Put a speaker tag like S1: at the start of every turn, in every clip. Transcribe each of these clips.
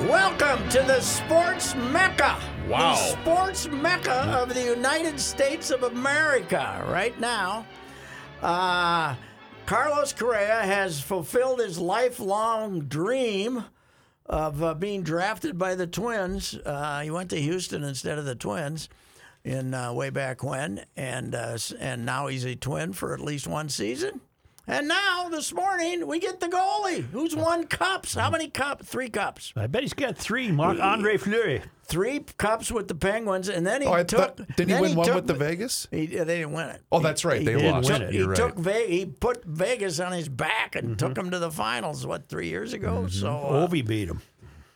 S1: Welcome to the sports mecca.
S2: Wow.
S1: The sports mecca of the United States of America right now. Uh, Carlos Correa has fulfilled his lifelong dream of uh, being drafted by the Twins. Uh, he went to Houston instead of the Twins in uh, way back when, and uh, s- and now he's a Twin for at least one season. And now this morning we get the goalie who's won cups. How many cups? Three cups.
S2: I bet he's got three. Mark Andre Fleury.
S1: three cups with the Penguins, and then he
S3: Oh, I
S1: took.
S3: thought, didn't he
S1: then
S3: win one
S1: took-
S3: with the Vegas?
S1: He, yeah, they didn't win it.
S3: Oh, that's right.
S2: he
S3: They
S2: did
S3: lost.
S2: win it.
S1: He
S3: You're right. Mm-hmm.
S1: took Ve- he put Vegas on his back and took him to the finals. What three years ago? So uh,
S2: Ovi beat him.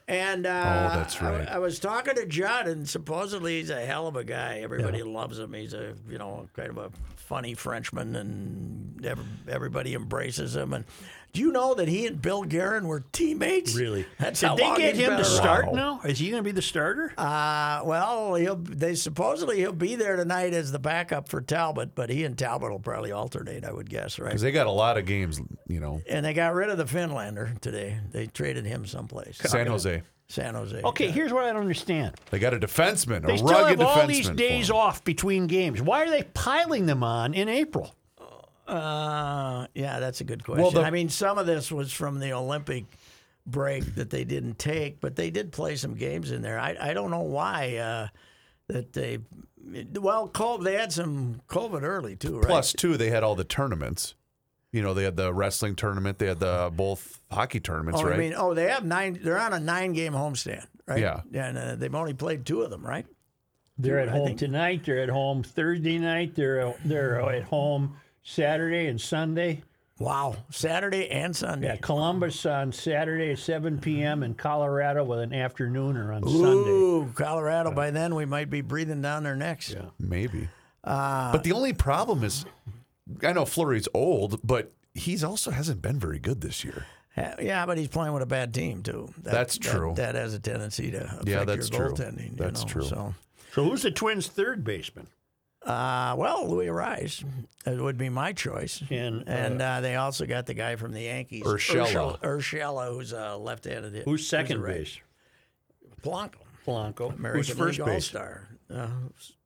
S1: and uh,
S3: Oh, that's
S1: I-
S3: right.
S1: I, was talking to Judd, and supposedly he's a hell of a guy. Everybody loves him. He's a you know kind of a funny Frenchman, and ev- everybody embraces him. And do you know that he and Bill Guerin were teammates?
S2: Really?
S1: That's
S2: Did
S1: how
S2: they
S1: long
S2: get
S1: he's
S2: him
S1: been
S2: to
S1: around.
S2: start now? Is he going to be the starter?
S1: Uh, well, he'll they supposedly he'll be there tonight as the backup for Talbot, but he and Talbot will probably alternate, I would guess, right?
S3: Because they got a lot of games, you know.
S1: And they got rid of the Finlander today. They traded him someplace.
S3: San Jose.
S1: San Jose.
S2: okay, here's what I don't understand.
S3: They got a defenseman,
S2: They
S3: a
S2: still
S3: rugged
S2: have
S3: defenseman.
S2: all these
S3: for
S2: days
S3: them.
S2: off between games. Why are they piling them on in April?
S1: Uh, yeah, that's a good question.
S3: the-
S1: I mean, some of this was from the Olympic break that they didn't take, but they did play some games in there. I, I don't know why uh, that they. Well, COVID, they had some COVID early too, right?
S3: Plus, too, they had all the tournaments. You know, they had the wrestling tournament. They had the both hockey tournaments,
S1: Oh,
S3: right?
S1: I mean, oh, they have nine. They're on a nine-game homestand, right?
S3: Yeah.
S1: and uh, they've only played two of them, right?
S2: They're at home tonight. They're at home Thursday night. They're they're at home Saturday and Sunday.
S1: Wow, Saturday and
S2: Yeah,
S1: Sunday.
S2: Columbus on Saturday at 7 p.m. in Colorado with an afternoon on Sunday.
S1: Ooh, Colorado. By then, we might be breathing down their necks. Yeah.
S3: Maybe.
S1: uh,
S3: but the only problem is, I know Flurry's old, but he's also hasn't been very good this year.
S1: Yeah, but he's playing with a bad team too. That-
S3: That's
S1: that-
S3: true.
S1: That, has a tendency to affect
S3: Yeah, that's
S1: your
S3: true.
S1: goaltending. you
S3: That's
S1: know,
S3: true.
S1: So,
S2: So who's the Twins' third baseman?
S1: uh, well, Louis Rice uh, would be my choice,
S2: And, uh,
S1: and uh, they also got the guy from the Yankees,
S3: Urshela.
S1: Urshela, who's a left-handed. hit-
S2: Who's second
S1: a right-
S2: base?
S1: Polanco.
S2: Polanco.
S1: American
S3: Who's first
S1: League
S3: base?
S1: All-Star. Uh,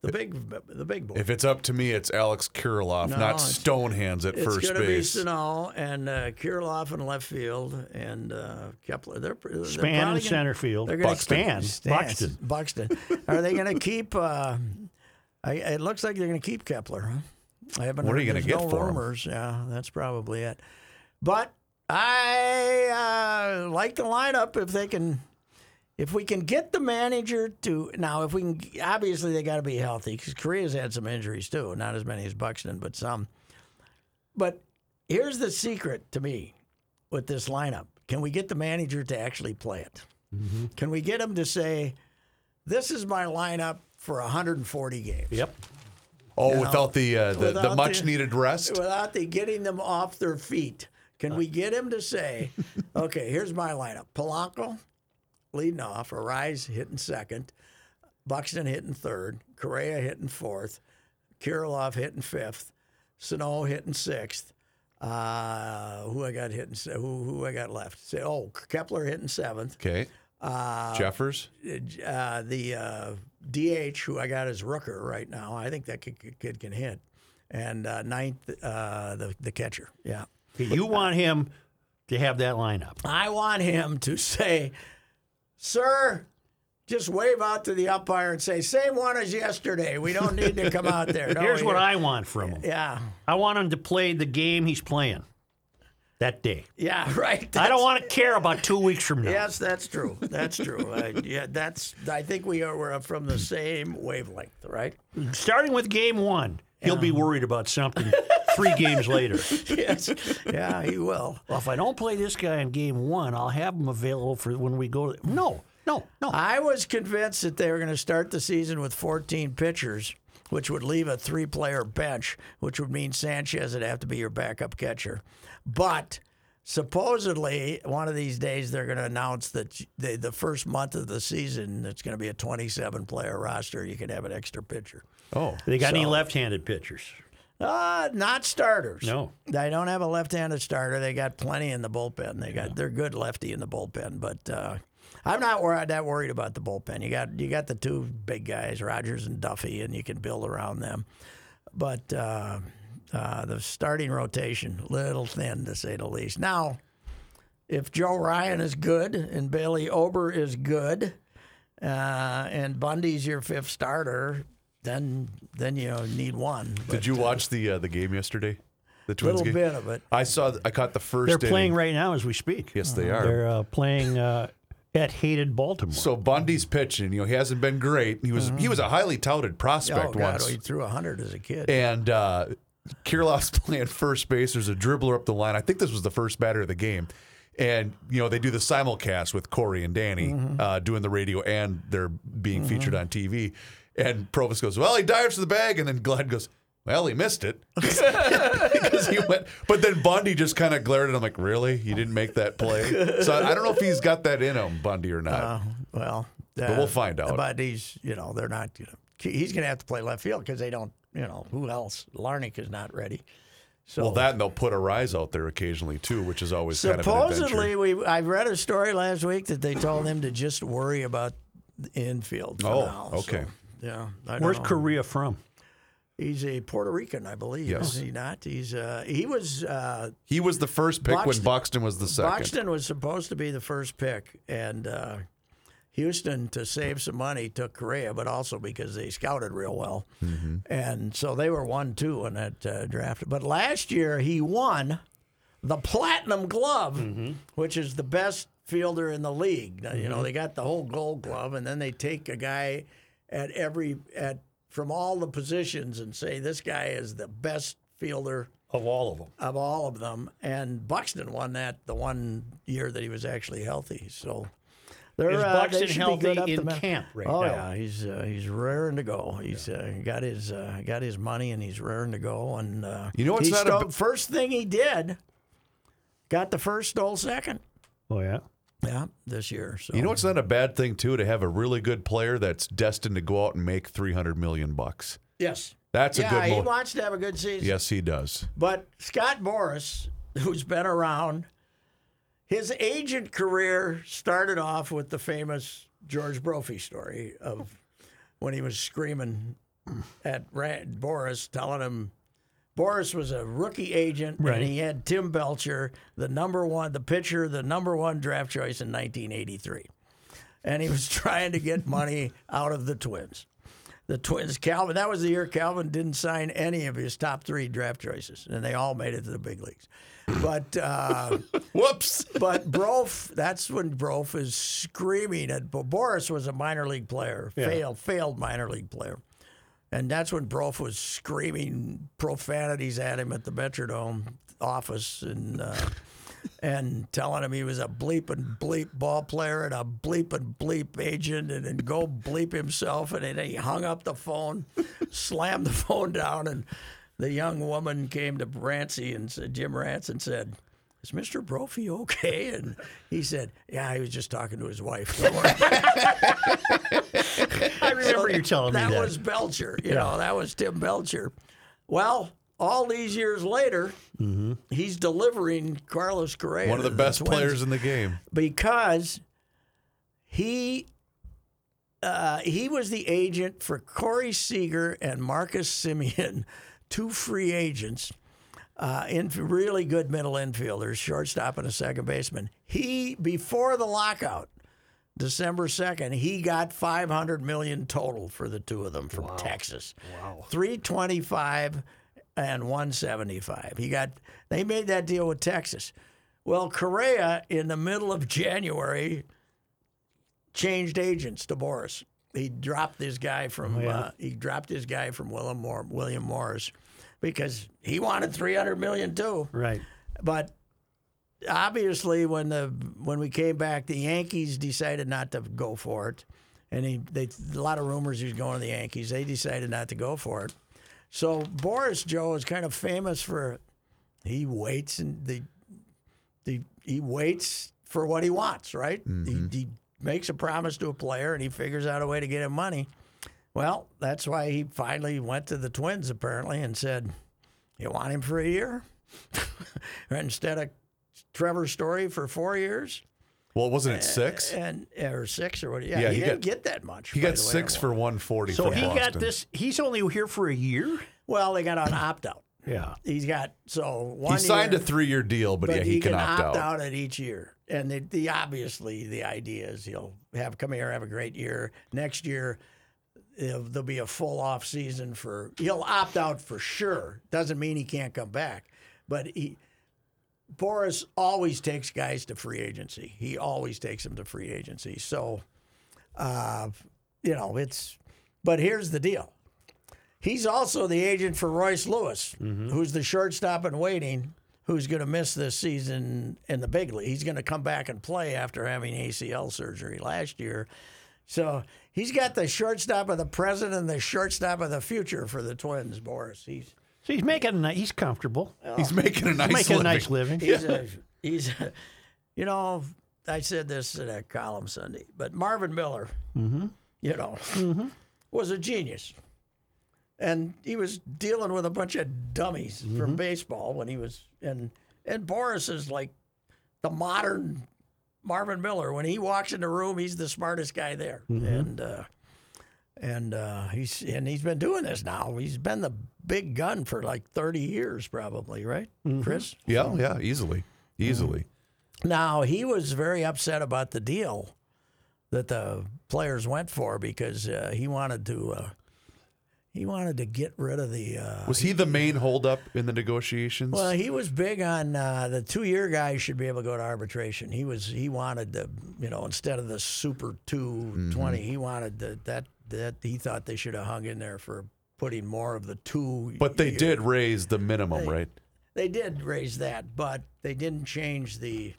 S1: the big, the big boy.
S3: If it's up to me, it's Alex Kirilov,
S1: No,
S3: not
S1: it's-
S3: Stonehands at
S1: it's
S3: first
S1: going to be
S3: base.
S1: Sano and uh, Kirilov in left field and uh, Kepler. They're, pr- they're probably
S2: Span
S1: gonna-
S2: in center field.
S1: They're gonna
S2: Span.
S1: keep- Stan-
S2: Buxton.
S1: Buxton. Are they going to keep? Uh, I, it looks like they're going to keep Kepler. Huh? I haven't.
S3: What are
S1: heard-
S3: you gonna
S1: there's
S3: get
S1: no
S3: for 'em?
S1: rumors. Yeah, that's probably it. But I uh, like the lineup if they can. If we can get the manager to now, if we can, obviously they got to be healthy because Korea's had some injuries too, not as many as Buxton, but some. But here's the secret to me with this lineup: can we get the manager to actually play it? Can we get him to say, "This is my lineup for 140 games"?
S2: Yep.
S3: Oh, without the uh, the,
S1: Without the-
S3: the much needed rest.
S1: Without the getting them off their feet, can we get him to say, "Okay, here's my lineup: Polanco leading off, Arise hitting second, Buxton hitting third, Correa hitting fourth, Kirilov hitting fifth, Sano hitting sixth." Uh, who I got hitting? se- Who who I got left? Say, oh, Kepler hitting seventh.
S3: Okay. Jeffers.
S1: uh, the uh, DH who I got is Rooker right now. I think that kid, kid can hit. And uh, ninth, uh, the the catcher. Yeah,
S2: You want him to have that lineup.
S1: I want him to say, "Sir, just wave out to the umpire and say same one as yesterday. We don't need to come
S2: Oh,
S1: out there." No,
S2: Here's what
S1: here-
S2: I want from him.
S1: Yeah,
S2: I want him to play the game he's playing.
S4: that day.
S1: Yeah, right.
S4: I
S1: That's-
S4: don't want to care about two weeks from now.
S1: Yes, that's true. That's true. I, yeah, that's. I think we are we're from the same wavelength, right?
S4: Starting with game one, he'll be worried about something three games later.
S1: Yes. Yeah, he will.
S4: Well, if I don't play this guy in game one, I'll have him available for when we go. To, no, no, no.
S1: I was convinced that they were going to start the season with 14 pitchers, which would leave a three player bench, which would mean Sanchez would have to be your backup catcher. But supposedly, one of these days, they're going to announce that they, the first month of the season, it's going to be a 27 player roster. You can have an extra pitcher.
S2: Ah,
S3: Oh,
S4: they got any left-handed pitchers?
S1: Uh, not starters.
S4: No.
S1: they don't have a left-handed starter. They got plenty in the bullpen. They got they're good lefty in the bullpen, but uh, I'm not worried that worried about the bullpen. You got you got the two big guys, Rogers and Duffy, and you can build around them. But uh, uh, the starting rotation, little thin to say the least. Now, if Joe Ryan is good and Bailey Ober is good, uh, and Bundy's your fifth starter. Then, then you need one. But-
S3: Did you watch the uh, the game yesterday? The Twins
S1: little
S3: game.
S1: bit of it.
S3: I saw. th- I caught the 1st
S4: They're playing right now as we speak.
S3: Yes, they
S1: Oh,
S3: are.
S4: They're uh, playing uh, at hated Baltimore.
S3: So Bundy's pitching. You know, he hasn't been great. He was he was a highly touted prospect
S1: Mm-hmm. Oh God!
S3: once.
S1: He threw hundred as a kid.
S3: and uh, Kirilov's playing first base. There's a dribbler up the line. I think this was the first batter of the game. And you know they do the simulcast with Corey and Danny
S1: Mm-hmm.
S3: uh, doing the radio, and they're being featured on TV. And Provis goes, "Well, he dives for the bag," and then Glad goes, "Well, he missed it because he went." But then Bundy just kind of glared at him like, "Really? You didn't make that play?" So I don't know if he's got that in him, Bundy, or not.
S1: Uh, well, but
S3: we'll find out.
S1: But he's, you know, they're not. You know, he's going to have to play left field because they don't. You know, who else? Larnick is not ready. So
S3: well, that and they'll put a rise out there occasionally too, which is always kind of an adventure.
S1: supposedly, we I read a story last week that they told him to just worry about the infield. For
S3: Oh,
S1: now.
S3: okay.
S1: So, yeah. I don't
S4: Where's
S1: know.
S4: Korea from?
S1: He's a Puerto Rican, I believe.
S3: Yes.
S1: Is he not? He's uh, he was uh,
S3: He was the first pick when
S1: Buxton-
S3: Buxton was the second.
S1: Buxton was supposed to be the first pick, and uh, Houston, to save some money, took Correa, but also because they scouted real well, and so they were one two in that uh, draft. But last year he won the Platinum Glove, which is the best fielder in the league. Now, You know, they got the whole Gold Glove, and then they take a guy at every at from all the positions and say this guy is the best fielder
S4: Of all of them.
S1: of all of them. And Buxton won that the one year that he was actually healthy. So they're,
S4: Is
S1: uh, they
S4: Buxton
S1: should be
S4: healthy
S1: good up
S4: in
S1: the middle.
S4: camp right
S1: oh,
S4: now?
S1: yeah, he's uh, he's raring to go. He's uh, got his uh, got his money and he's raring to go. And uh,
S3: You know what's
S1: he
S3: not a
S1: stole-
S3: b-
S1: first thing he did got the first stole second.
S4: Oh yeah.
S1: Yeah, this year. So
S3: You know, it's not a bad thing too to have a really good player that's destined to go out and make three hundred million bucks.
S1: yes,
S3: That's
S1: yeah,
S3: a
S1: he
S3: good move.
S1: wants to have a good season.
S3: Yes, he does.
S1: But Scott Boris, who's been around, his agent career started off with the famous George Brophy story of when he was screaming at Rand Boris, telling him Boris was a rookie agent
S4: Right.
S1: and he had Tim Belcher, the number one, the pitcher, the number one draft choice in 1983. And he was trying to get money out of the Twins the Twins. Calvin, that was the year Calvin didn't sign any of his top three draft choices, and they all made it to the big leagues. But uh,
S3: Whoops.
S1: but Brof, that's when Brof is screaming at Bo- Boris was a minor league player, failed failed minor league player, and that's when Brof was screaming profanities at him at the Metrodome office and. Uh, And telling him he was a bleep and bleep ball player and a bleep and bleep agent and then go bleep himself and then he hung up the phone, slammed the phone down and the young woman came to Rancy and said Jim Rance and said, is Mr. Brophy okay? And he said, Yeah, he was just talking to his wife. Don't worry.
S4: I remember you telling me
S1: that
S4: that.
S1: was Belcher. You know, that was Tim Belcher. Well, all these years later,
S4: Mm-hmm.
S1: he's delivering Carlos Correa.
S3: One of the
S1: to
S3: best
S1: Twins
S3: players in the game.
S1: because he uh, he was the agent for Corey Seager and Marcus Simeon, two free agents, uh, in really good middle infielders, shortstop and a second baseman. He before the lockout, December second, he got five hundred million total for the two of them from Texas. Wow, three twenty five and 175. He got they made that deal with Texas. Well, Correa in the middle of January changed agents to Boris. He dropped this guy from uh, he dropped his guy from William Mor- William Morris because he wanted 300 million too.
S4: Right.
S1: But obviously, when the when we came back, the Yankees decided not to go for it, and he, they a lot of rumors he was going to the Yankees. They decided not to go for it. So Boris Joe is kind of famous for he waits and the the he waits for what he wants, right? He, he makes a promise to a player and he figures out a way to get him money. Well, that's why he finally went to the Twins apparently and said, "You want him for a year instead of Trevor Story for four years
S3: Well, wasn't it six?
S1: and or six or what? Yeah,
S3: Yeah,
S1: he,
S3: he
S1: didn't
S3: got-
S1: get that much.
S3: He
S1: Uh, by
S3: got
S1: the way,
S3: six
S1: or
S3: for 140
S4: So
S3: from
S4: he
S3: Boston.
S4: got this. He's only here for a year.
S1: what. well, they got an opt out.
S4: Yeah.
S1: He's got so one.
S3: He signed
S1: year,
S3: a three-year deal, but,
S1: but
S3: yeah, he, can, opt, out.
S1: at each year. And the, the obviously the idea is he'll have come here, have a great year. Next year, it'll- there'll be a full off season for he'll opt out for sure. Doesn't mean he can't come back, but he. Boris always takes guys to free agency. He always takes them to free agency. So, uh, you know, it's. But here's the deal. He's also the agent for Royce Lewis, who's the shortstop in waiting, who's going to miss this season in the big league. He's going to come back and play after having ACL surgery last year. So he's got the shortstop of the present and the shortstop of the future for the Twins, Boris. He's
S4: So he's making a nice, he's comfortable.
S3: He's making a nice
S4: making
S3: living.
S4: a nice living.
S1: he's a, he's a, you know I said this in a column Sunday, but Marvin Miller, you know, was a genius, and he was dealing with a bunch of dummies from baseball when he was and and Boris is like the modern Marvin Miller. When he walks in the room, he's the smartest guy there, and. Uh, and uh, he's and he's been doing this now. He's been the big gun for like thirty years, probably, right, Chris?
S3: Yeah, oh, yeah, easily. Easily.
S1: Now he was very upset about the deal that the players went for because uh, he wanted to uh, he wanted to get rid of the. Uh,
S3: Was he the main holdup in the negotiations?
S1: well, he was big on uh, the two-year guy should be able to go to arbitration. He was he wanted the you know instead of the super
S3: Mm-hmm.
S1: 220 he wanted the, that that he thought they should have hung in there for putting more of the two.
S3: but they did raise the minimum, right?
S1: they did raise that, but they didn't change the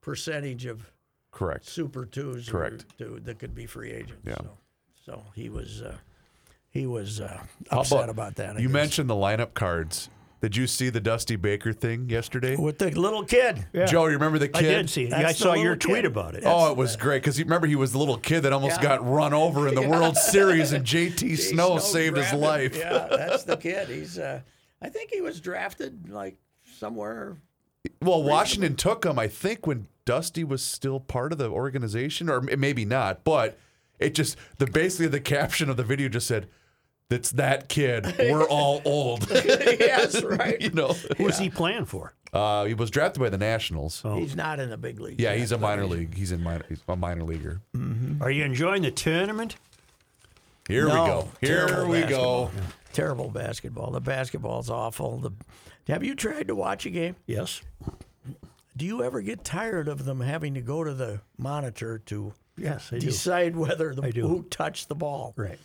S1: percentage of
S3: Correct.
S1: super twos were-
S3: Correct.
S1: to, that could be free agents. So, so he was uh, he was uh,
S3: How
S1: upset about, that. I
S3: You
S1: guess.
S3: mentioned the lineup cards. Did you see the Dusty Baker thing yesterday?
S1: with the little kid.
S2: Yeah.
S3: Joe, you remember the
S4: I
S3: kid?
S4: did see it.
S1: That's
S4: I
S1: the
S4: saw your
S1: little
S4: tweet
S1: kid.
S4: about it.
S3: Oh, it was great because remember he was the little kid that almost got run over in the World Series, and JT Snow, saved his
S1: grabbed him.
S3: life.
S1: Yeah, that's the kid. He's uh, I think he was drafted like somewhere.
S3: Well, Washington took him, I think, when Dusty was still part of the organization, or m- maybe not. But it just the basically the caption of the video just said, "That's that kid. We're all old."
S1: yes, right.
S3: you know,
S4: Who's he playing for?
S3: uh, he was drafted by the Nationals.
S1: He's not in the big league.
S3: Yeah, he's a minor league. He's in minor. He's a minor leaguer.
S4: Are you enjoying the tournament?
S3: Here
S1: No,
S3: we go. Here
S1: terrible
S3: we
S1: basketball.
S3: go.
S1: terrible basketball. The basketball's awful. The, have you tried to watch a game?
S4: Yes.
S1: Do you ever get tired of them having to go to the monitor to
S4: Yes, I do.
S1: decide whether the,
S4: I do.
S1: who touched the ball.
S4: Right. Mm-hmm.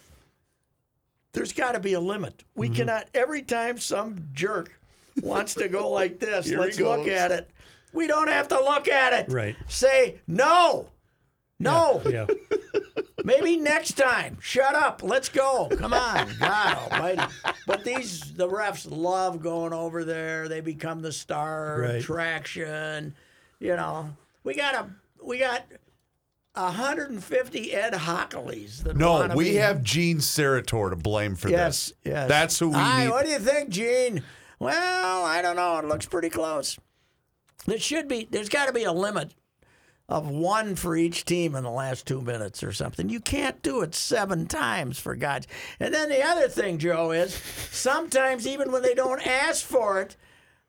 S1: There's got to be a limit. We cannot every time some jerk wants to go like this.
S3: Here he
S1: let's look
S3: goes.
S1: at it. We don't have to look at it.
S4: Right.
S1: Say no. No.
S4: Yeah.
S1: Maybe next time. Shut up. Let's go. Come on. God almighty. But these the refs love going over there. They become the star
S4: Right.
S1: attraction. You know. We got a we got 150 Ed Hockleys that
S3: No,
S1: wanna
S3: we
S1: be-
S3: have Gene Serator to blame for
S1: Yes,
S3: this.
S1: yes.
S3: That's who we
S1: Hi,
S3: need.
S1: what do you think, Gene? Well, I don't know. It looks pretty close. There should be. There's got to be a limit of one for each team in the last two minutes or something. You can't do it seven times for God's. And then the other thing, Joe, is sometimes even when they don't ask for it,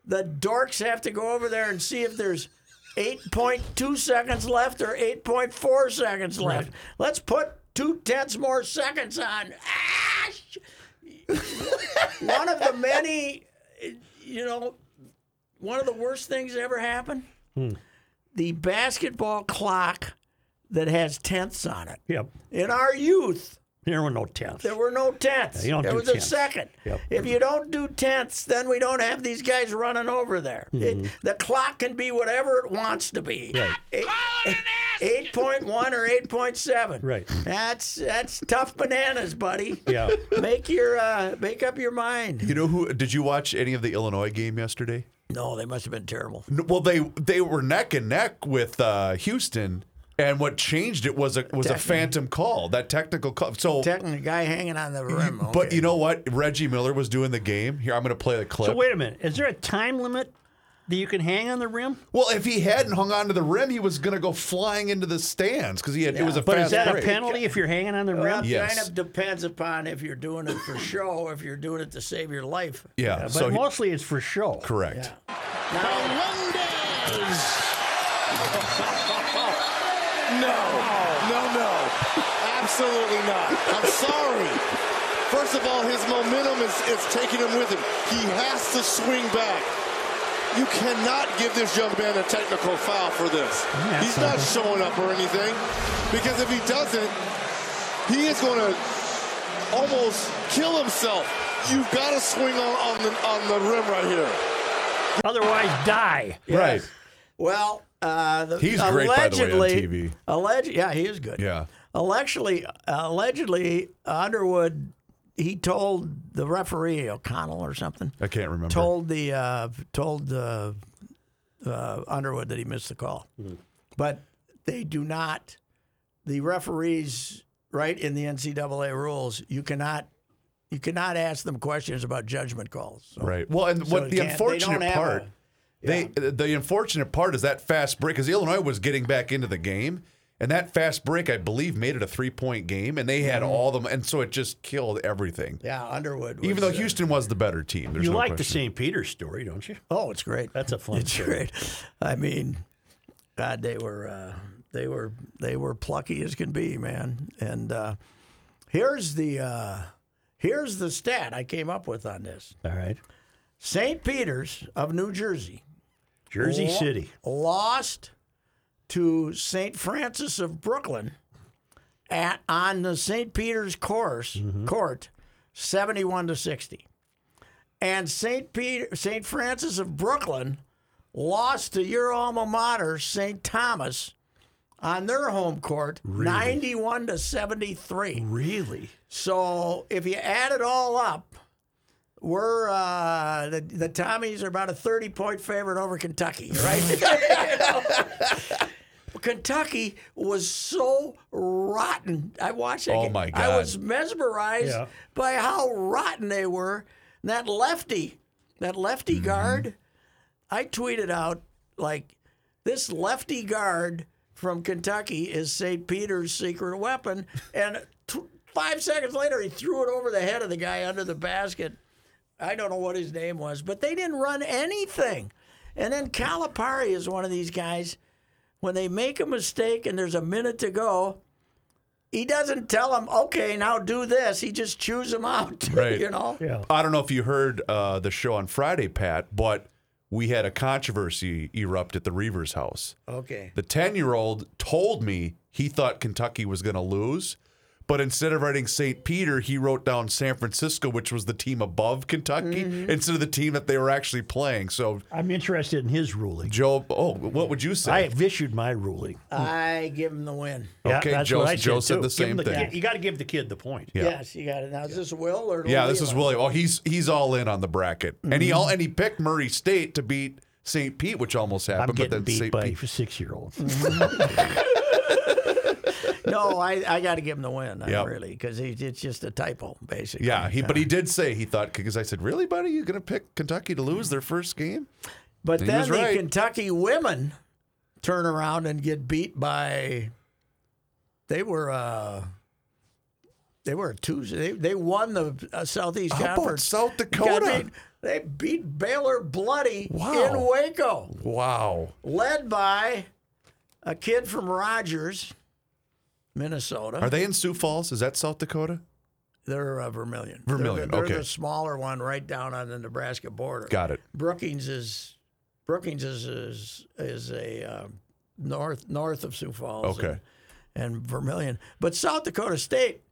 S1: the dorks have to go over there and see if there's 8.2 seconds left or 8.4 seconds left. Let's put two tenths more seconds on. Ah, sh- One of the many you know, one of the worst things that ever happened
S2: Hmm.
S1: the basketball clock that has tenths on it.
S2: Yep.
S1: In our youth,
S2: There were no tenths.
S1: there were no tenths.
S2: you don't
S1: there
S2: do
S1: was
S2: tenths.
S1: a second.
S2: Yep.
S1: If you don't do tenths, then we don't have these guys running over there. It-
S2: Mm-hmm.
S1: the clock can be whatever it wants to be. Eight- Eight point one or eight point seven.
S2: Right.
S1: That's that's tough bananas, buddy.
S2: Yeah.
S1: Make your uh, make up your mind.
S3: You know who? Did you watch any of the Illinois game yesterday?
S1: No, they must have been terrible.
S3: No, Well, they they were neck and neck with uh, Houston, and what changed it was a was a phantom call, that technical call. So,
S1: Technically, the guy hanging on the rim.
S3: but you know what? Reggie Miller was doing the game. Here, I'm going to play the clip.
S2: So wait a minute. Is there a time limit that you can hang on the rim?
S3: well, if he hadn't hung on to the rim, he was going to go flying into the stands because he had it was a
S2: But
S3: fast
S2: is that
S3: break.
S2: a penalty if you're hanging on the
S1: Well,
S2: rim?
S4: Uh,
S3: Yeah.
S1: kind
S3: Yes.
S1: of depends upon if you're doing it for show, or if you're doing it to save your life.
S3: Yeah,
S2: But
S3: so he-
S2: mostly it's for show.
S3: correct.
S1: Now,
S5: No, no. Absolutely not. I'm sorry. First of all, his momentum is, is taking him with him. He has to swing back. You cannot give this young man a technical foul for this.
S2: Yeah,
S5: He's not
S2: so-
S5: showing up or anything. Because if he doesn't, he is going to almost kill himself. You've got to swing on, on, the, on the rim right here.
S2: Otherwise, die.
S3: Right.
S1: well, uh, the,
S3: He's great, by the way, on
S1: allegedly,
S3: TV.
S1: Alleged, yeah, he is good.
S3: Yeah.
S1: Allegedly, allegedly, Underwood, he told the referee O'Connell or something.
S3: I can't remember.
S1: Told the uh, told uh, uh, Underwood that he missed the call,
S2: Mm-hmm.
S1: but they do not. The referees, right in the NCAA rules, you cannot you cannot ask them questions about judgment calls. So-
S3: Right. Well, and
S1: it
S3: what the
S1: can't- they don't
S3: unfortunate
S1: have
S3: part,
S1: a-
S3: they uh, the unfortunate part is that fast break because Illinois was getting back into the game, and that fast break I believe made it a three point game, and they had all the and so it just killed everything.
S1: Yeah, Underwood. Mm-hmm. Was,
S3: Even though
S1: uh,
S3: Houston was the better team, there's
S2: You
S3: no
S2: like the
S3: question.
S2: St. Peter's story, don't you?
S1: oh, it's great.
S2: That's a fun
S1: it's
S2: story.
S1: great. I mean, God, they were uh, they were they were plucky as can be, man. And uh, here's the uh, here's the stat I came up with on this.
S2: All right.
S1: St. Peter's of New Jersey
S2: Jersey
S1: lo-
S2: City.
S1: lost to St. Francis of Brooklyn at on the St. Peter's course court 71 to 60. And St. Peter St. Francis of Brooklyn lost to your alma mater St. Thomas on their home court 91 to 73.
S2: Really?
S1: So if you add it all up, we're uh, the the Tommies are about a thirty point favorite over Kentucky, right? You know? Kentucky was so rotten. I watched that.
S3: Oh,
S1: game.
S3: my
S1: I
S3: God.
S1: was mesmerized
S2: Yeah.
S1: by how rotten they were. And that lefty, that lefty guard, I tweeted out like, this lefty guard from Kentucky is St. Peter's secret weapon. And t- five seconds later, he threw it over the head of the guy under the basket. I don't know what his name was, but they didn't run anything. And then Calipari is one of these guys. When they make a mistake and there's a minute to go, he doesn't tell them, okay, now do this. He just chews them out.
S3: Right.
S1: you know?
S2: Yeah.
S3: I don't know if you heard uh, the show on Friday, Pat, but we had a controversy erupt at the Reavers house.
S1: Okay.
S3: The 10 year old told me he thought Kentucky was going to lose, but instead of writing St. Peter, he wrote down San Francisco, which was the team above Kentucky,
S2: Mm-hmm.
S3: instead of the team that they were actually playing. So,
S2: I'm interested in his ruling.
S3: Joe, oh, what would you
S2: I
S3: say?
S2: have issued my ruling.
S1: I give him the win.
S3: Okay,
S2: that's
S3: Joe-
S2: what I said,
S3: Joe said
S2: too.
S3: the
S2: Give
S3: same
S2: him the
S3: thing.
S2: kid- you got to give the kid the point.
S3: Yeah.
S1: Yes, you got it. Now, is this Will or
S3: yeah, this is
S1: Leland?
S3: William. Oh, he's he's all in on the bracket, and
S2: Mm-hmm.
S3: he all and he picked Murray State to beat St. Pete, which almost
S2: I'm
S3: happened.
S2: getting
S3: but then Mm-hmm.
S2: beat
S3: St.
S2: by
S3: Pete,
S2: a six-year-old.
S1: no, I, I got to give him the win. I
S3: Yep.
S1: Really, because it's just a typo, basically.
S3: yeah, he but he did say he thought because I said, really, buddy, you gonna pick Kentucky to lose their first game?
S1: But
S3: He
S1: then
S3: was
S1: the
S3: right.
S1: Kentucky women turn around and get beat by. They were. Uh, they were a Tuesday. They, they won the uh, Southeast
S3: How about
S1: Conference.
S3: South
S1: Got
S3: Dakota?
S1: beat- they beat Baylor bloody
S3: Wow.
S1: in Waco,
S3: Wow.
S1: led by a kid from Rogers, Minnesota.
S3: Are they in Sioux Falls? Is that South Dakota?
S1: They're uh, Vermilion.
S3: Vermilion,
S1: They're, the- they're
S3: okay.
S1: the smaller one right down on the Nebraska border.
S3: Got it.
S1: Brookings is Brookings is is, is a uh, north north of Sioux Falls.
S3: Okay.
S1: And, and Vermilion, but South Dakota State,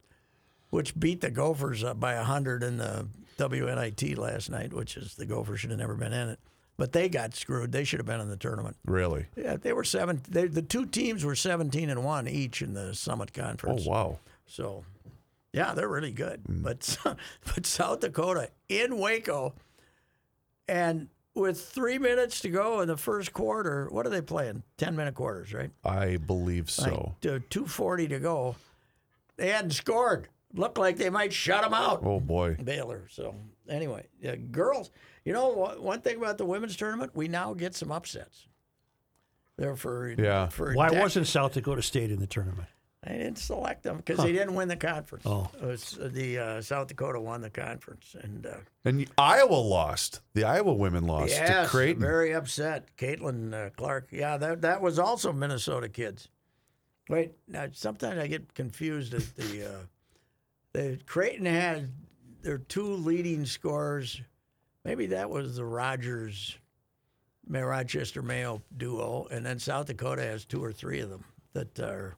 S1: which beat the Gophers up by hundred in the WNIT last night, which is the Gophers should have never been in it, but they got screwed. They should have been in the tournament.
S3: Really?
S1: Yeah, they were seven. They, the two teams were seventeen and one each in the Summit
S3: Oh
S1: Conference.
S3: wow.
S1: So, yeah, they're really good.
S3: Hmm.
S1: But but South Dakota in Waco, and with three minutes to go in the first quarter, what are they playing? Ten minute quarters, right?
S3: I believe so.
S1: to two forty to go, they hadn't scored. Looked like they might shut them out.
S3: Oh boy.
S1: Baylor. So anyway, yeah, girls. You know one- one thing about the women's tournament, we now get some upsets. There for
S3: Yeah.
S1: For
S4: Why
S1: dec-
S4: wasn't South Dakota State in the tournament?
S1: I didn't select them because they didn't win the conference.
S4: Oh.
S1: It was, uh, the uh, South Dakota won the conference, and uh,
S3: And Iowa lost. The Iowa women lost to
S1: yes,
S3: Creighton.
S1: very upset. Caitlin uh, Clark. Yeah, that that was also Minnesota kids. Wait, now sometimes I get confused at the uh, the Creighton had their two leading scorers. Maybe that was the Rogers, May- Rochester Mayo duo, and then South Dakota has two or three of them that are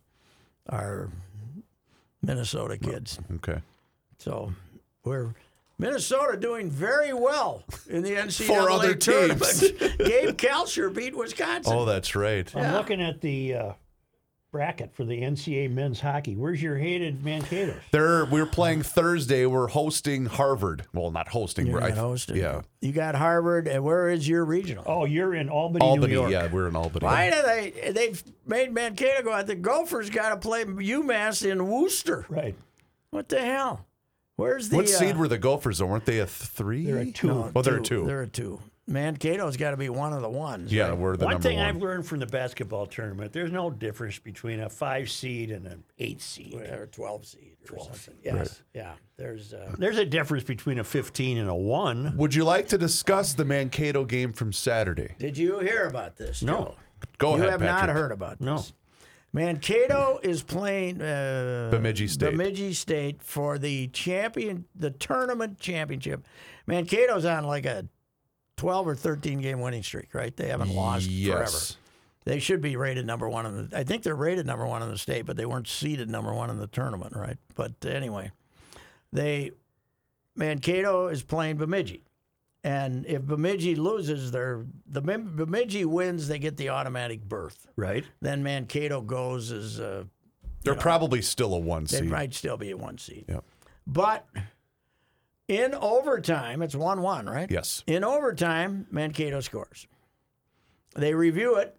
S1: are Minnesota kids.
S3: okay.
S1: So we're Minnesota doing very well in the NCAA
S3: For other
S1: tournament.
S3: teams.
S1: Gabe Kalscher beat Wisconsin.
S3: Oh, that's right.
S2: I'm looking at the uh, bracket for the NCAA men's hockey. Where's your hated Mankatos?
S3: They're we're playing Thursday. We're hosting Harvard. Well, not hosting.
S1: You're
S3: we're- I-
S1: not hosted.
S3: Yeah.
S1: You got Harvard, and where is your regional?
S2: Oh, you're in Albany,
S3: Albany.
S2: New York.
S3: Yeah, we're in Albany.
S1: Why do they? They've made Mankato go out. The Gophers got to play UMass in Worcester.
S2: Right.
S1: What the hell? Where's the?
S3: What seed
S1: uh,
S3: were the Gophers on? Weren't they a three?
S2: They're a two.
S1: no,
S3: Oh, there are two.
S1: There are two. Mankato's got to be one of the ones.
S3: yeah, we're the
S2: One
S3: number
S2: thing
S3: one.
S2: I've learned from the basketball tournament, there's no difference between a five seed and an eight seed.
S1: Or twelve seed. Or something. Yes. Yeah. There's. Uh,
S2: There's a difference between a 15 and a one.
S3: Would you like to discuss the Mankato game from Saturday?
S1: did you hear about this?
S2: No.
S1: Joe?
S3: Go
S1: you
S3: ahead,
S1: have
S3: Patrick.
S1: not heard about this.
S2: No.
S1: Mankato is playing uh,
S3: Bemidji State.
S1: Bemidji State for the champion, the tournament championship. Mankato's on like a twelve or thirteen game winning streak, right? They haven't lost
S3: Yes.
S1: forever. They should be rated number one in the. I think they're rated number one in the state, but they weren't seeded number one in the tournament, right? But anyway, they Mankato is playing Bemidji, and if Bemidji loses, they're the Bem- Bemidji wins, they get the automatic berth.
S2: Right.
S1: Then Mankato goes as uh,
S3: They're probably still a one
S1: they
S3: seed.
S1: might still be a one seed.
S3: Yep.
S1: But in overtime, it's one one, right?
S3: Yes.
S1: In overtime, Mankato scores. They review it.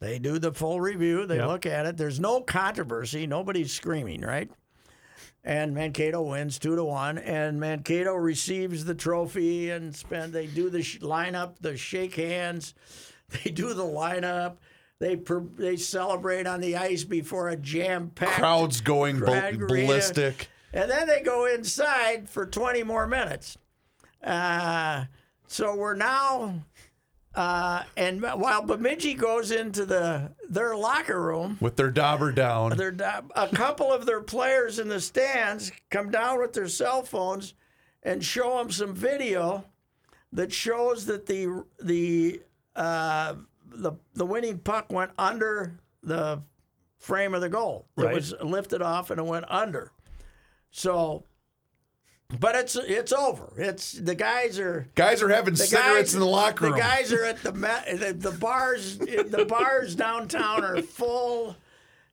S1: They do the full review. They look at it. There's no controversy. Nobody's screaming, right? And Mankato wins two to one. And Mankato receives the trophy and spend. They do the sh- lineup, the shake hands. They do the lineup. They per- they celebrate on the ice before a jam packed
S3: Crowds going bal-
S1: Crowd arena.
S3: ballistic.
S1: and then they go inside for 20 more minutes. Uh, so we're now, uh, and while Bemidji goes into the their locker room,
S3: With their dauber down.
S1: their a couple of their players in the stands come down with their cell phones and show them some video that shows that the the uh, the the winning puck went under the frame of the goal. It
S2: Right.
S1: was lifted off and it went under. So, but it's it's over. It's the guys are
S3: guys are having cigarettes in the locker room.
S1: the guys are at the Met, the, the bars. The bars downtown are full.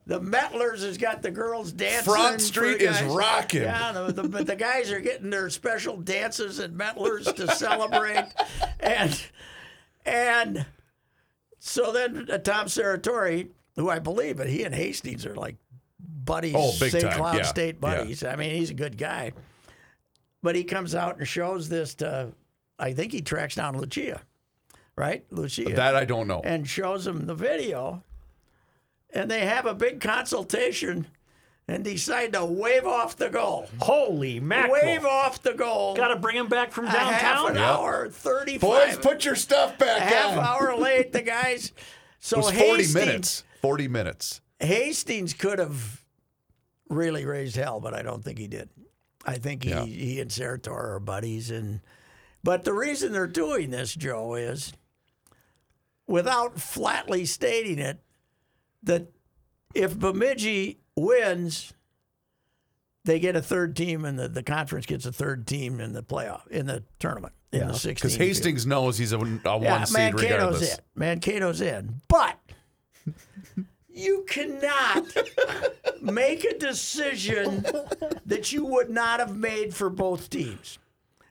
S1: The Metlers has got the girls dancing.
S3: Front
S1: for
S3: Street
S1: the
S3: is
S1: guys.
S3: rocking.
S1: Yeah, the, the, but the guys are getting their special dances and Metlers to celebrate, and and so then uh, Tom Serratori, who I believe, but he and Hastings are like buddies,
S3: Oh, big
S1: St.
S3: time.
S1: Cloud
S3: Yeah,
S1: State
S3: yeah.
S1: buddies. I mean, he's a good guy, but he comes out and shows this to. I think he tracks down Lucia, right? Lucia
S3: that I don't know.
S1: and shows them the video, and they have a big consultation and decide to wave off the goal.
S2: Holy mackerel.
S1: Wave off the goal.
S4: Got to bring him back from
S1: a half an
S4: downtown.
S1: hour, 35.
S3: Boys, put your stuff
S1: a
S3: back
S1: half
S3: on.
S1: hour late, the guys. So
S3: It was 40
S1: Hastings,
S3: minutes. 40 minutes.
S1: Hastings could have really raised hell, but I don't think he did. I think he,
S3: Yeah.
S1: he and Sarator are buddies, and but the reason they're doing this, Joe, is without flatly stating it that if Bemidji wins, they get a third team, and the, the conference gets a third team in the playoff in the tournament in the sixteen.
S3: Because Hastings knows he's a, a one
S1: Yeah,
S3: seed
S1: Mankato's
S3: regardless.
S1: in. Mankato's in. But you cannot make a decision that you would not have made for both teams.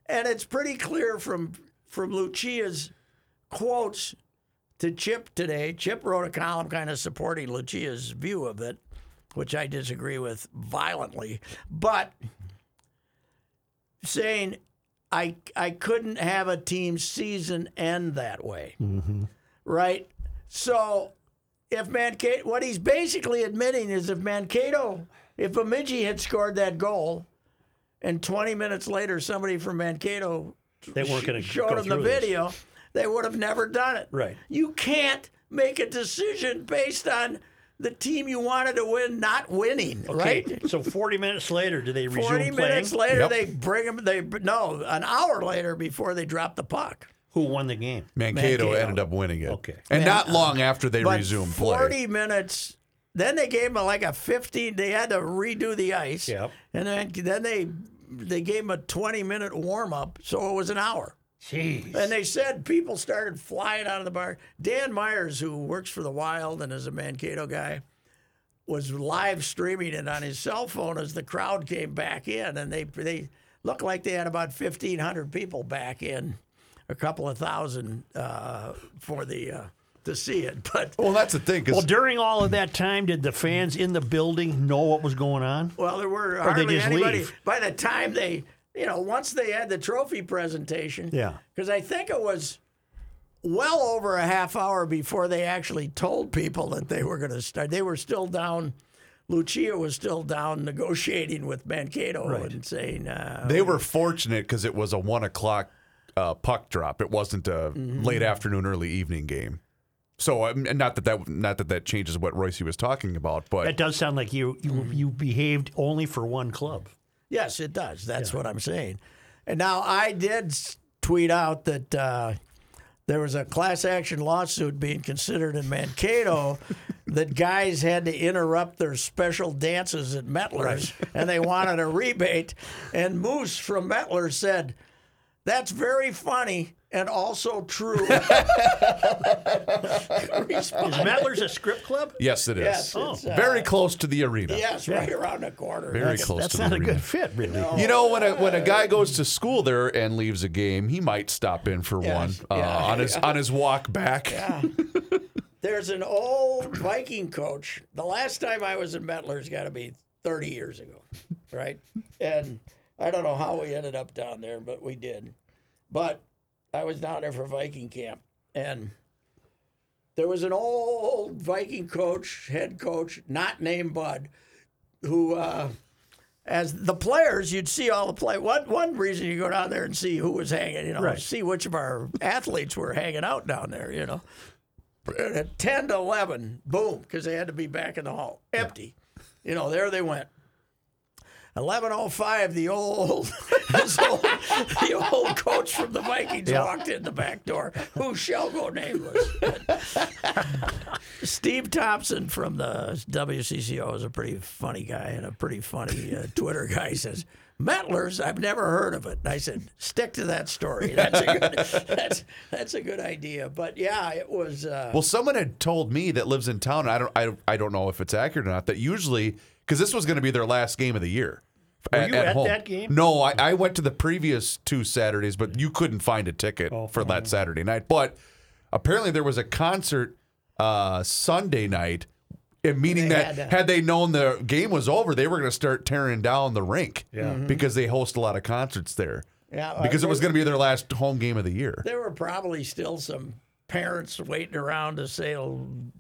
S1: And it's pretty clear from from Lucia's quotes to Chip today. Chip wrote a column kind of supporting Lucia's view of it, which I disagree with violently, but saying I I couldn't have a team season end that way,
S2: Mm-hmm.
S1: right? So if Mankato, what he's basically admitting is if Mankato, if Bemidji had scored that goal, and 20 minutes later somebody from Mankato
S2: They weren't going to
S1: showed
S2: go
S1: him the
S2: through this.
S1: video, they would have never done it.
S2: Right.
S1: You can't make a decision based on the team you wanted to win not winning, right?
S2: Okay, so 40 minutes later, do they resume
S1: 40
S2: playing?
S1: minutes later,
S3: Yep.
S1: they bring him. They no, an hour later before they drop the puck.
S2: Who won the game?
S3: Mankato,
S1: Mankato.
S3: ended up winning it.
S2: Okay.
S3: And not long after they resumed play.
S1: 40 minutes. Then they gave him like a 15. They had to redo the ice.
S2: Yep.
S1: And then then they they gave him a 20 minute warm up, so it was an hour.
S2: Jeez.
S1: And they said people started flying out of the bar. Dan Myers, who works for the Wild and is a Mankato guy, was live streaming it on his cell phone as the crowd came back in, and they they looked like they had about fifteen hundred people back in, a couple of thousand uh, for the uh, to see it. But
S3: Well, that's the thing. 'cause-
S2: Well, during all of that time, did the fans in the building know what was going on?
S1: well, there were hardly
S2: just
S1: anybody
S2: leave.
S1: by the time they. You know, once they had the trophy presentation,
S2: Yeah.
S1: because I think it was well over a half hour before they actually told people that they were going to start. They were still down. Lucia was still down negotiating with Mankato and saying, uh,
S3: They were fortunate because it was a one o'clock uh, puck drop. It wasn't a late afternoon, early evening game. So, um, not that that not that that changes what Royce was talking about, but
S2: That does sound like you you,
S1: Mm-hmm.
S2: you behaved only for one club.
S1: "Yes, it does." That's what I'm saying. And now I did s- tweet out that uh, there was a class action lawsuit being considered in Mankato that guys had to interrupt their special dances at Mettler's and they wanted a rebate. And Moose from Mettler said, That's very funny and also true.
S2: Is Mettler's a script club?
S3: yes, it is.
S1: Yes, it's, uh,
S3: Very close to the arena.
S1: yes, right around the corner.
S3: Very close
S2: That's
S3: to the
S2: not a
S3: arena.
S2: good fit, really.
S3: You know, when a when a guy goes to school there and leaves a game, he might stop in for
S1: Yes.
S3: one uh,
S1: Yeah.
S3: on his on his walk back.
S1: There's an old Viking coach. The last time I was in Mettler's got to be 30 years ago, right? and I don't know how we ended up down there, but we did. But I was down there for Viking camp, and there was an old Viking coach, head coach, not named Bud, who, uh, as the players, you'd see all the play. One one reason you go down there and see who was hanging, you know, see which of our athletes were hanging out down there, you know. And at ten to eleven, boom, because they had to be back in the hall, empty. You know, there they went. Eleven oh five, the old, this old- the old coach from the Vikings walked in the back door, who shall go nameless. Steve Thompson from the WCCO is a pretty funny guy and a pretty funny uh, Twitter guy. He says, "Metlers, I've never heard of it." And I said, "Stick to that story. That's a good, that's, that's a good idea." But yeah, it was. Uh,
S3: Well, someone had told me that lives in town. And I don't, I, I don't know if it's accurate or not. That usually, because this was going to be their last game of the year. Were
S2: you at that game?
S3: No, I, I went to the previous two Saturdays, but you couldn't find a ticket
S1: Oh,
S3: for that Saturday night. But apparently, there was a concert uh, Sunday night. And meaning
S1: They
S3: that
S1: had
S3: had,
S1: to-
S3: they known the game was over, they were going to start tearing down the rink because they host a lot of concerts there.
S1: Yeah, I-
S3: because it was going to be their last home game of the year.
S1: there were probably still some parents waiting around to say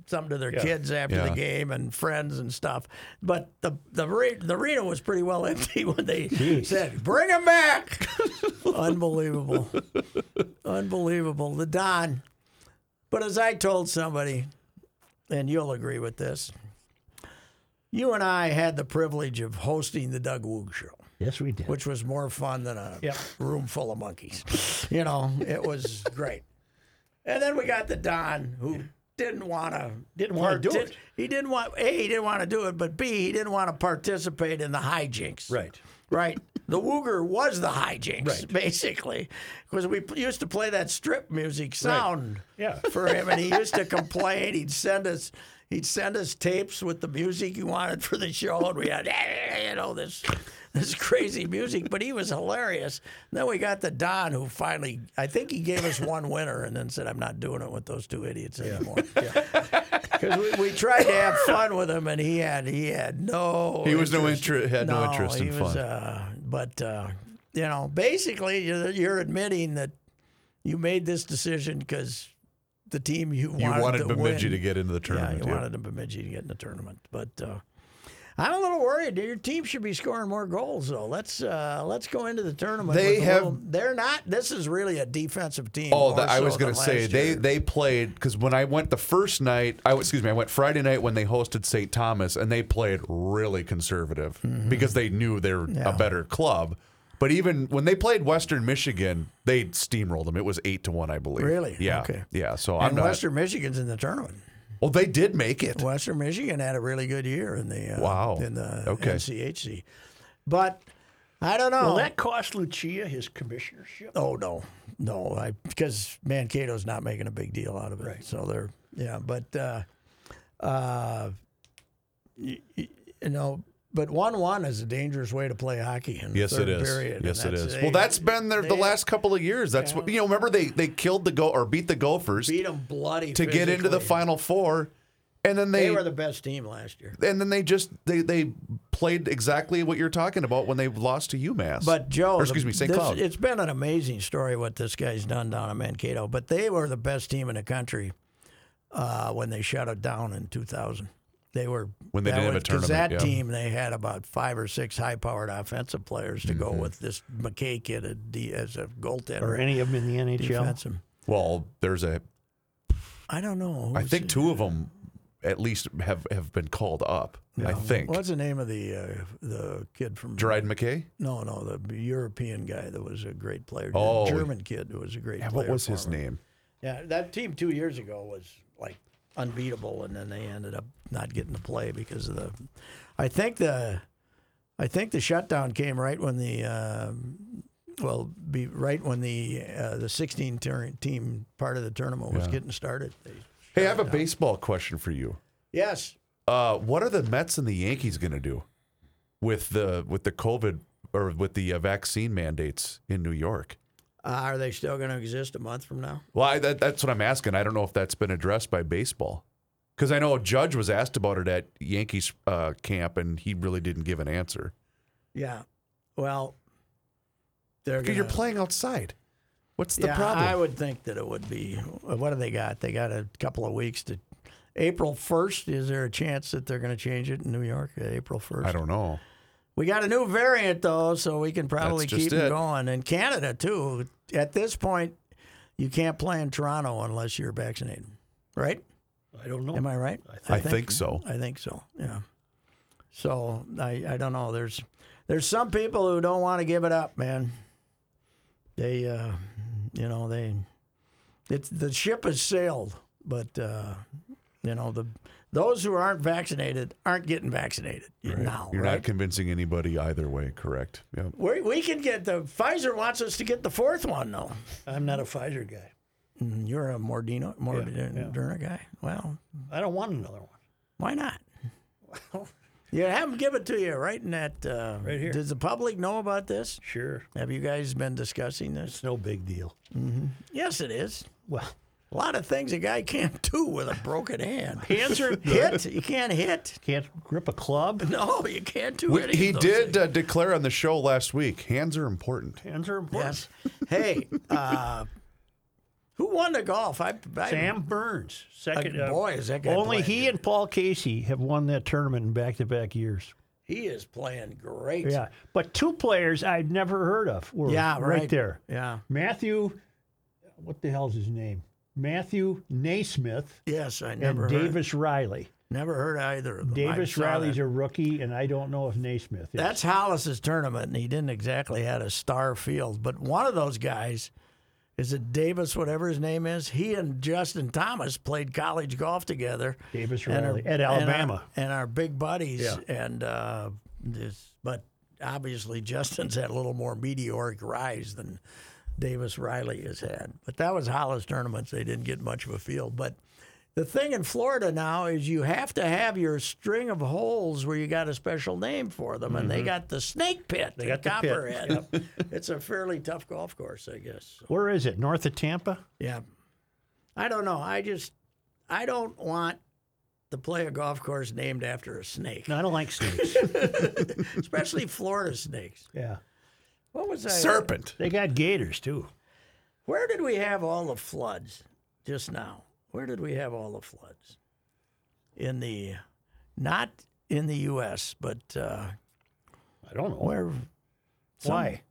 S1: something to their kids after the
S3: Yeah.
S1: game and friends and stuff. But the the, re- the arena was pretty well empty when they said, "Bring them back!" Unbelievable, unbelievable. The Don. But as I told somebody, and you'll agree with this, you and I had the privilege of hosting the Doug Woog Show.
S2: Yes, we did.
S1: which was more fun than a
S2: Yep.
S1: room full of monkeys. You know, it was great. And then we got the Don who didn't want to
S2: Didn't wanna do it.
S1: He didn't want a he didn't want to do it, but b he didn't want to participate in the hijinks.
S2: Right.
S1: Right. The Wooger was the hijinks, basically, because we p- used to play that strip music sound
S2: Yeah.
S1: for him, and he used to complain. He'd send us. He'd send us tapes with the music he wanted for the show, and we had you know this this crazy music. But he was hilarious. And then we got the Don, who finally, I think he gave us one winner, and then said, "I'm not doing it with those two idiots anymore." Because we, we tried to have fun with him, and he had he had no.
S3: He was no inter- had no interest
S1: he
S3: in
S1: was,
S3: fun.
S1: Uh, but uh, you know, basically, you're, you're admitting that you made this decision because the team you wanted,
S3: You wanted
S1: to
S3: Bemidji
S1: win.
S3: to get into
S1: yeah,
S3: the tournament.
S1: you
S3: yeah.
S1: wanted the Bemidji to get in the tournament, but. Uh, I'm a little worried. Your team should be scoring more goals, though. Let's uh, let's go into the tournament.
S3: They
S1: with a
S3: have-
S1: little- they're not. This is really a defensive team.
S3: Oh,
S1: more
S3: that, I
S1: so
S3: was going to
S1: than
S3: say
S1: last
S3: they
S1: year.
S3: they played because when I went the first night, I excuse me, I went Friday night when they hosted St. Thomas, and they played really conservative
S1: Mm-hmm.
S3: because they knew they were a better club. But even when they played Western Michigan, they steamrolled them. It was eight to one, I believe.
S1: Really?
S3: Yeah.
S1: Okay.
S3: Yeah. So I'm
S1: and
S3: not.
S1: Western Michigan's in the tournament.
S3: well, they did make it.
S1: Western Michigan had a really good year in the uh,
S3: Wow.
S1: in the
S3: Okay.
S1: NCHC, but I don't know.
S2: Will that cost Lucia his commissionership?
S1: oh no, no, I because Mankato's not making a big deal out of it, so they're yeah, but uh, uh, y- y- you know, but one one is a dangerous way to play hockey. In the
S3: Yes, it
S1: third
S3: is.
S1: Period, and
S3: yes, it
S1: that's-
S3: is.
S1: they
S3: well, that's been their, the last couple of years. That's what you know. Remember they they killed the go or beat the Gophers
S1: beat them bloody
S3: to get into the
S1: physically.
S3: Final Four, and then
S1: They were the best team last year.
S3: and then they just they they played exactly what you're talking about when they lost to UMass.
S1: But Joe,
S3: or excuse me, St.
S1: this-
S3: Cloud.
S1: It's been an amazing story what this guy's done down in Mankato. But they were the best team in the country uh, when they shut it down in 2000. They were
S3: When they
S1: that
S3: didn't have
S1: was-
S3: a
S1: 'cause That
S3: tournament, yeah.
S1: team they had about five or six high-powered offensive players to
S3: Mm-hmm.
S1: go with this McKay kid at D- as a goaltender.
S2: Or any of them in the NHL?
S1: defensive.
S3: well, there's a
S1: I don't know.
S3: I
S1: who's-
S3: think two of them at least have have been called up. I think
S1: What's the name of the uh, the kid from
S3: Dryden McKay.
S1: No, no, the European guy that was a great player.
S3: Oh.
S1: the German kid who was a great.
S3: Yeah,
S1: player
S3: what was his
S1: forward.
S3: name?
S1: Yeah, that team two years ago was like unbeatable, and then they ended up not getting to play because of the. I think the, I think the shutdown came right when the, uh, well, be right when the uh, the sixteen tur team part of the tournament was getting started. They,
S3: Hey, I have a baseball question for you.
S1: yes,
S3: Uh, what are the Mets and the Yankees going to do with the with the COVID or with the uh, vaccine mandates in New York?
S1: uh, are they still going to exist a month from now?
S3: Well, I, that, that's what I'm asking. I don't know if that's been addressed by baseball. Because I know a judge was asked about it at Yankees uh, camp, and he really didn't give an answer.
S1: Yeah, well, they're
S3: Because you're
S1: gonna-
S3: playing outside. What's the
S1: yeah,
S3: problem?
S1: I would think that it would be. What do they got? They got a couple of weeks to. April 1st, is there a chance that they're going to change it in New York? uh, April 1st?
S3: I don't know.
S1: We got a new variant, though, so we can probably
S3: That's just
S1: keep
S3: it.
S1: it going. And Canada, too. At this point, you can't play in Toronto unless you're vaccinated, right?
S2: I don't know.
S1: Am I right?
S3: I think so.
S1: I think so. Yeah. So I, I don't know. There's there's some people who don't want to give it up, man. They uh, you know they it's the ship has sailed, but uh, you know the those who aren't vaccinated aren't getting vaccinated now.
S3: You're
S1: right?
S3: not convincing anybody either way, correct? Yeah.
S1: we we can get the Pfizer wants us to get the fourth one though.
S2: I'm not a Pfizer guy.
S1: Mm, You're a Mordino
S2: yeah.
S1: Mordina guy. Well,
S2: I don't want another one.
S1: Why not? Yeah, have them give it to you right in that. Uh,
S2: Right here.
S1: Does the public know about this?
S2: Sure.
S1: Have you guys been discussing this?
S2: It's no big deal.
S1: Yes, it is.
S2: Well,
S1: A lot of things a guy can't do with a broken hand.
S2: hands are
S1: hit? You can't hit.
S2: Can't grip a club.
S1: No, you can't do
S3: We-
S1: anything.
S3: he did uh, declare on the show last week hands are important.
S2: Hands are important.
S1: Yes. Hey, uh, who won the golf? I, I
S2: Sam Burns, second.
S1: Uh, boy, is that guy
S2: Only
S1: playing.
S2: he and Paul Casey have won that tournament in back-to-back years.
S1: He is playing great.
S2: Yeah, but two players I've never heard of were
S1: Yeah,
S2: right.
S1: right.
S2: there.
S1: Yeah.
S2: Matthew, what the hell's his name? Matthew Naismith
S1: Yes, I
S2: and
S1: never heard.
S2: Davis Riley.
S1: Never heard either of them. I
S2: Davis
S1: saw
S2: Riley's
S1: that.
S2: a rookie, and I don't know if Naismith is.
S1: That's Hollis's tournament, and he didn't exactly had a star field. But one of those guys, is it Davis, whatever his name is? He and Justin Thomas played college golf together.
S2: Davis
S1: and
S2: Riley at
S1: and
S2: Alabama.
S1: And our, big buddies. And uh, this, but obviously Justin's had a little more meteoric rise than Davis Riley has had. But that was Hollis tournaments. They didn't get much of a field, but. The thing in Florida now is you have to have your string of holes where you got a special name for them, and they got the Snake Pit, they
S4: Mm-hmm. got the pit,
S1: Copperhead. it's a fairly tough golf course, I guess.
S4: Where is it? North of Tampa?
S1: Yeah. I don't know. I just I don't want to play a golf course named after a snake,
S4: No, I don't like snakes.
S1: especially Florida snakes.
S2: yeah.
S1: What was I?
S3: Serpent.
S4: they got gators too.
S1: Where did we have all the floods just now? Where did we have all the floods? In the not in the U.S., but uh,
S2: I don't know.
S1: where?
S4: Why?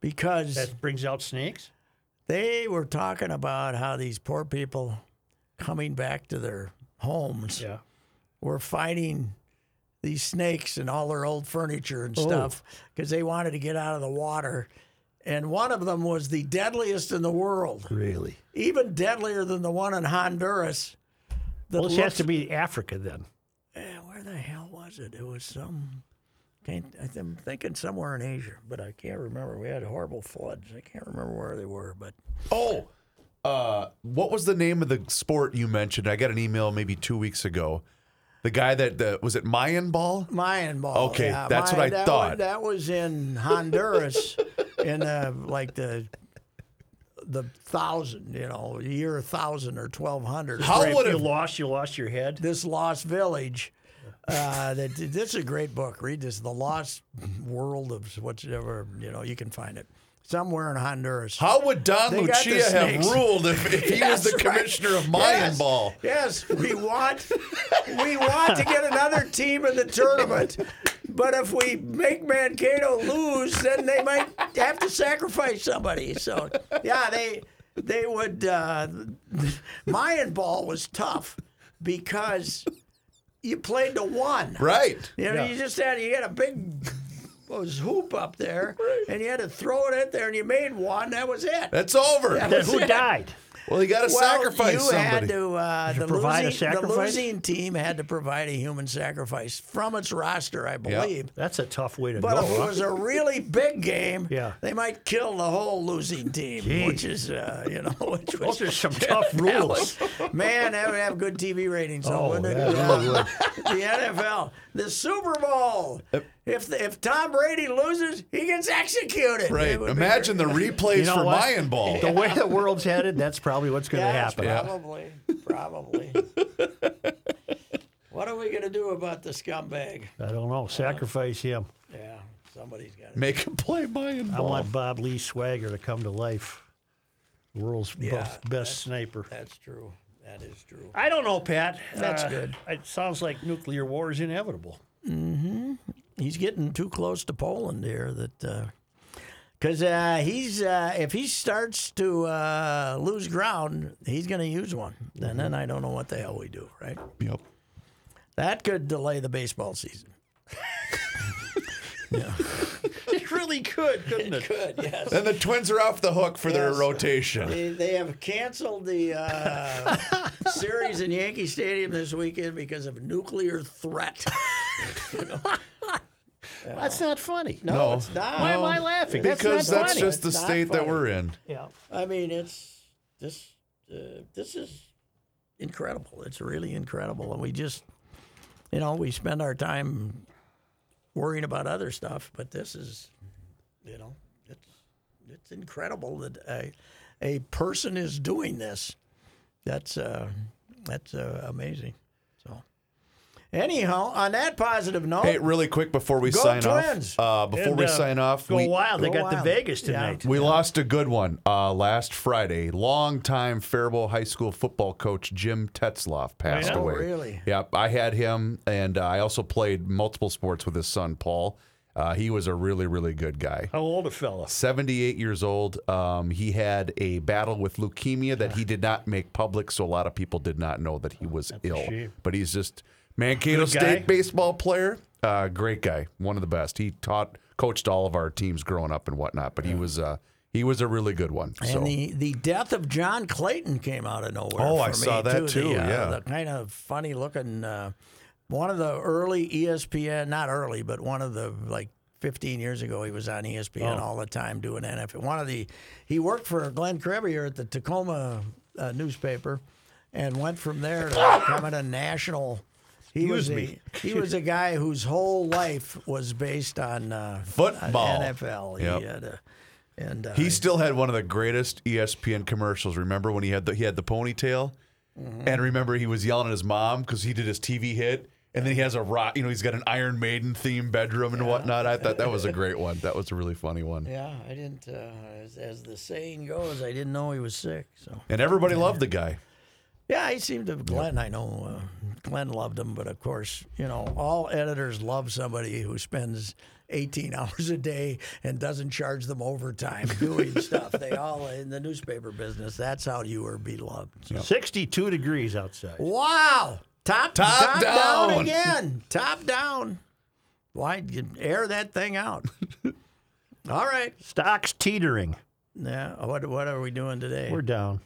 S1: Because
S4: That brings out snakes.
S1: they were talking about how these poor people coming back to their homes
S4: Yeah.
S1: were fighting these snakes and all their old furniture
S4: Oh.
S1: and stuff because they wanted to get out of the water. And one of them was the deadliest in the world,
S4: Really?
S1: even deadlier than the one in Honduras. that
S4: Well, this has
S1: looks-
S4: to be Africa then.
S1: Eh, where the hell was it? It was some. Can't, I th- I'm thinking somewhere in Asia, but I can't remember. We had horrible floods. I can't remember where they were, but
S3: Oh, uh, what was the name of the sport you mentioned? I got an email maybe two weeks ago. The guy that the, was it Mayan ball?
S1: Mayan ball.
S3: Okay, that's what I
S1: that
S3: thought.
S1: was- that was in Honduras, in uh, like the the thousand, you know, year thousand or twelve hundred.
S3: How
S4: If
S3: would
S4: you
S3: have
S4: lost, you lost your head.
S1: this lost village? Uh, that this is a great book. Read this, the lost world of whatever you know. You can find it somewhere in Honduras.
S3: how would Don
S1: They got the
S3: Lucia have
S1: snakes.
S3: ruled if, if he was
S1: That's
S3: the
S1: right.
S3: commissioner of Mayan
S1: yes.
S3: ball?
S1: Yes, we want we want to get another team in the tournament. But if we make Mankato lose, then they might have to sacrifice somebody. So yeah, they they would uh, Mayan ball was tough because you played to one.
S3: Right.
S1: You know, you just had you had a big was hoop up there and you had to throw it in there and you made one, that was it.
S3: That's over.
S1: Yeah.
S4: Then who died?
S3: Well, you got to
S1: Well,
S3: sacrifice
S1: you
S3: somebody.
S1: Had to, uh, the,
S4: provide a
S1: losing, the
S4: sacrifice?
S1: losing team had to provide a human sacrifice from its roster, I believe.
S4: That's a tough way to
S1: But if
S4: go.
S1: it
S4: huh?
S1: was a really big game,
S4: Yeah.
S1: they might kill the whole losing team, which is, uh, you know, which was
S4: Those are some tough
S1: that
S4: rules.
S1: was- man, that would have good TV ratings. though,
S4: Oh,
S1: wouldn't
S4: yeah,
S1: it?
S4: yeah, it
S1: the NFL, the Super Bowl. If if Tom Brady loses, he gets executed.
S3: right.
S1: It would be
S3: Imagine the replays
S4: You know
S3: for
S4: what?
S3: Mayan ball.
S4: The way the world's headed, that's probably what's going to
S1: Yes,
S4: happen.
S3: Yeah.
S1: Probably. Probably. what are we going to do about the scumbag?
S4: I don't know. Sacrifice him.
S1: Yeah, somebody's got to.
S3: Make him play Mayan
S4: I
S3: ball.
S4: want Bob Lee Swagger to come to life. World's best, best sniper.
S1: That's true. That is true.
S4: I don't know, Pat.
S1: That's
S4: Uh,
S1: good.
S4: It sounds like nuclear war is inevitable.
S1: He's getting too close to Poland here. That because uh, he's uh, if he starts to uh, lose ground, he's going to use one, and then I don't know what the hell we do. Right?
S3: Mm-hmm. Yep.
S1: That could delay the baseball season.
S4: It really could, couldn't it?
S1: Good. Yes.
S3: Then the Twins are off the hook for their rotation.
S1: They, they have canceled the uh, series in Yankee Stadium this weekend because of nuclear threat.
S4: That's not funny.
S1: No,
S3: No.
S1: it's not.
S4: Why am I laughing? That's
S3: Because
S4: not
S3: that's
S4: funny.
S3: just the
S1: That's not
S3: state that
S1: funny.
S3: we're in.
S4: yeah.
S1: I mean, it's this. Uh, this is incredible. It's really incredible, and we just, you know, we spend our time worrying about other stuff, but this is, you know, it's it's incredible that a a person is doing this. That's uh, that's uh, amazing. So, anyhow, on that positive note,
S3: Hey, really quick before we
S1: Oh. Go
S3: sign
S1: Twins!
S3: off. Uh, before
S4: And,
S3: we
S4: uh,
S3: sign off,
S4: Go
S3: we,
S4: wild. They
S1: Go
S4: got the
S1: wild.
S4: Vegas
S1: Yeah.
S4: tonight.
S3: we lost a good one uh, last Friday. Longtime Faribault High School football coach Jim Tetzloff passed
S1: Oh,
S3: away.
S1: really?
S3: Yep. I had him, and uh, I also played multiple sports with his son, Paul. Uh, he was a really, really good guy.
S2: How old a fella?
S3: 78 years old. Um, he had a battle with leukemia that he did not make public, so a lot of people did not know that he was ill.
S2: shame.
S3: But he's just Mankato
S2: Good guy.
S3: State baseball player. Uh, great guy, one of the best. He taught, coached all of our teams growing up and whatnot. But he was uh, he was a really good one. So
S1: And the, the death of John Clayton came out of nowhere.
S3: Oh,
S1: for
S3: I
S1: me,
S3: saw that
S1: The,
S3: too,
S1: uh,
S3: yeah.
S1: the kind of funny looking, uh, one of the early E ESPN, not early, but one of the like 15 years ago, he was on E
S3: Oh.
S1: ESPN all the time doing NFL. One of the, he worked for Glenn Krebbe here at the Tacoma uh, newspaper, and went from there to becoming a national. He was a,
S2: me.
S1: he was a guy whose whole life was based on uh,
S3: Football.
S1: NFL. He
S3: Yep.
S1: had a- and uh,
S3: He still had one of the greatest E ESPN commercials. Remember when he had the he had the ponytail, and remember he was yelling at his mom because he did his TV hit, and then he has a rock. You know, he's got an Iron Maiden themed bedroom and whatnot. I thought that was a great one. That was a really funny one.
S1: Yeah, I didn't. Uh, as, as the saying goes, I didn't know he was sick. So
S3: And everybody loved the guy.
S1: yeah, he seemed to. Glenn, I know. Uh, Glenn loved him, but of course, you know, all editors love somebody who spends 18 hours a day and doesn't charge them overtime doing stuff. They all in the newspaper business. That's how you are beloved.
S4: 62 degrees outside.
S1: Wow! Top
S3: Top
S1: top, down.
S3: down.
S1: again. top down. Why air that thing out? all right.
S4: Stocks teetering.
S1: Yeah. What What are we doing today?
S4: We're down.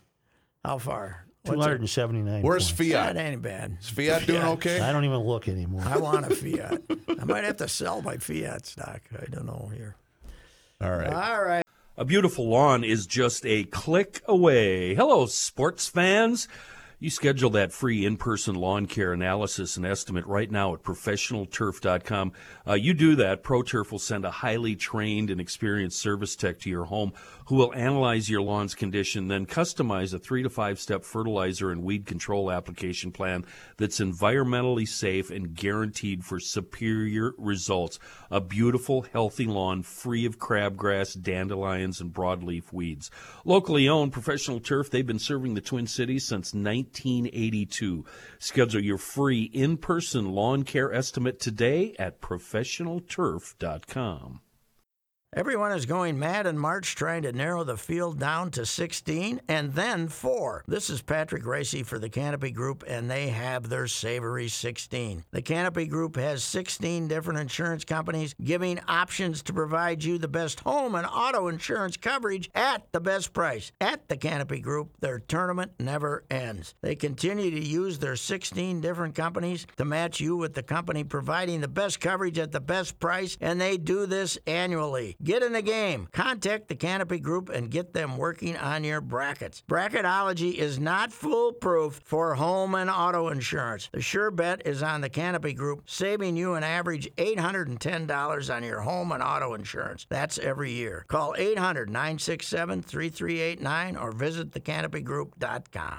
S1: How far? What's it-
S4: 279.
S3: Where's
S4: points.
S3: Fiat?
S1: That ain't bad.
S3: Is Fiat doing okay?
S4: I don't even look anymore.
S1: I want a Fiat. I might have to sell my Fiat stock. I don't know here.
S3: All right.
S1: All right.
S6: A beautiful lawn is just a click away. Hello, sports fans. You schedule that free in-person lawn care analysis and estimate right now at professionalturf.com. Uh, you do that, ProTurf will send a highly trained and experienced service tech to your home who will analyze your lawn's condition, then customize a three to five step fertilizer and weed control application plan that's environmentally safe and guaranteed for superior results. A beautiful, healthy lawn free of crabgrass, dandelions, and broadleaf weeds. Locally owned Professional Turf, they've been serving the Twin Cities since 1982. Schedule your free in person lawn care estimate today at professionalturf.com.
S1: Everyone is going mad in March trying to narrow the field down to 16 and then four. This is Patrick Racy for the Canopy Group, and they have their Savory 16. The Canopy Group has 16 different insurance companies giving options to provide you the best home and auto insurance coverage at the best price. At the Canopy Group, their tournament never ends. They continue to use their 16 different companies to match you with the company providing the best coverage at the best price, and they do this annually. Get in the game. Contact the Canopy Group and get them working on your brackets. Bracketology is not foolproof for home and auto insurance. The sure bet is on the Canopy Group, saving you an average $810 on your home and auto insurance. That's every year. Call 800 967 3389 or visit thecanopygroup.com.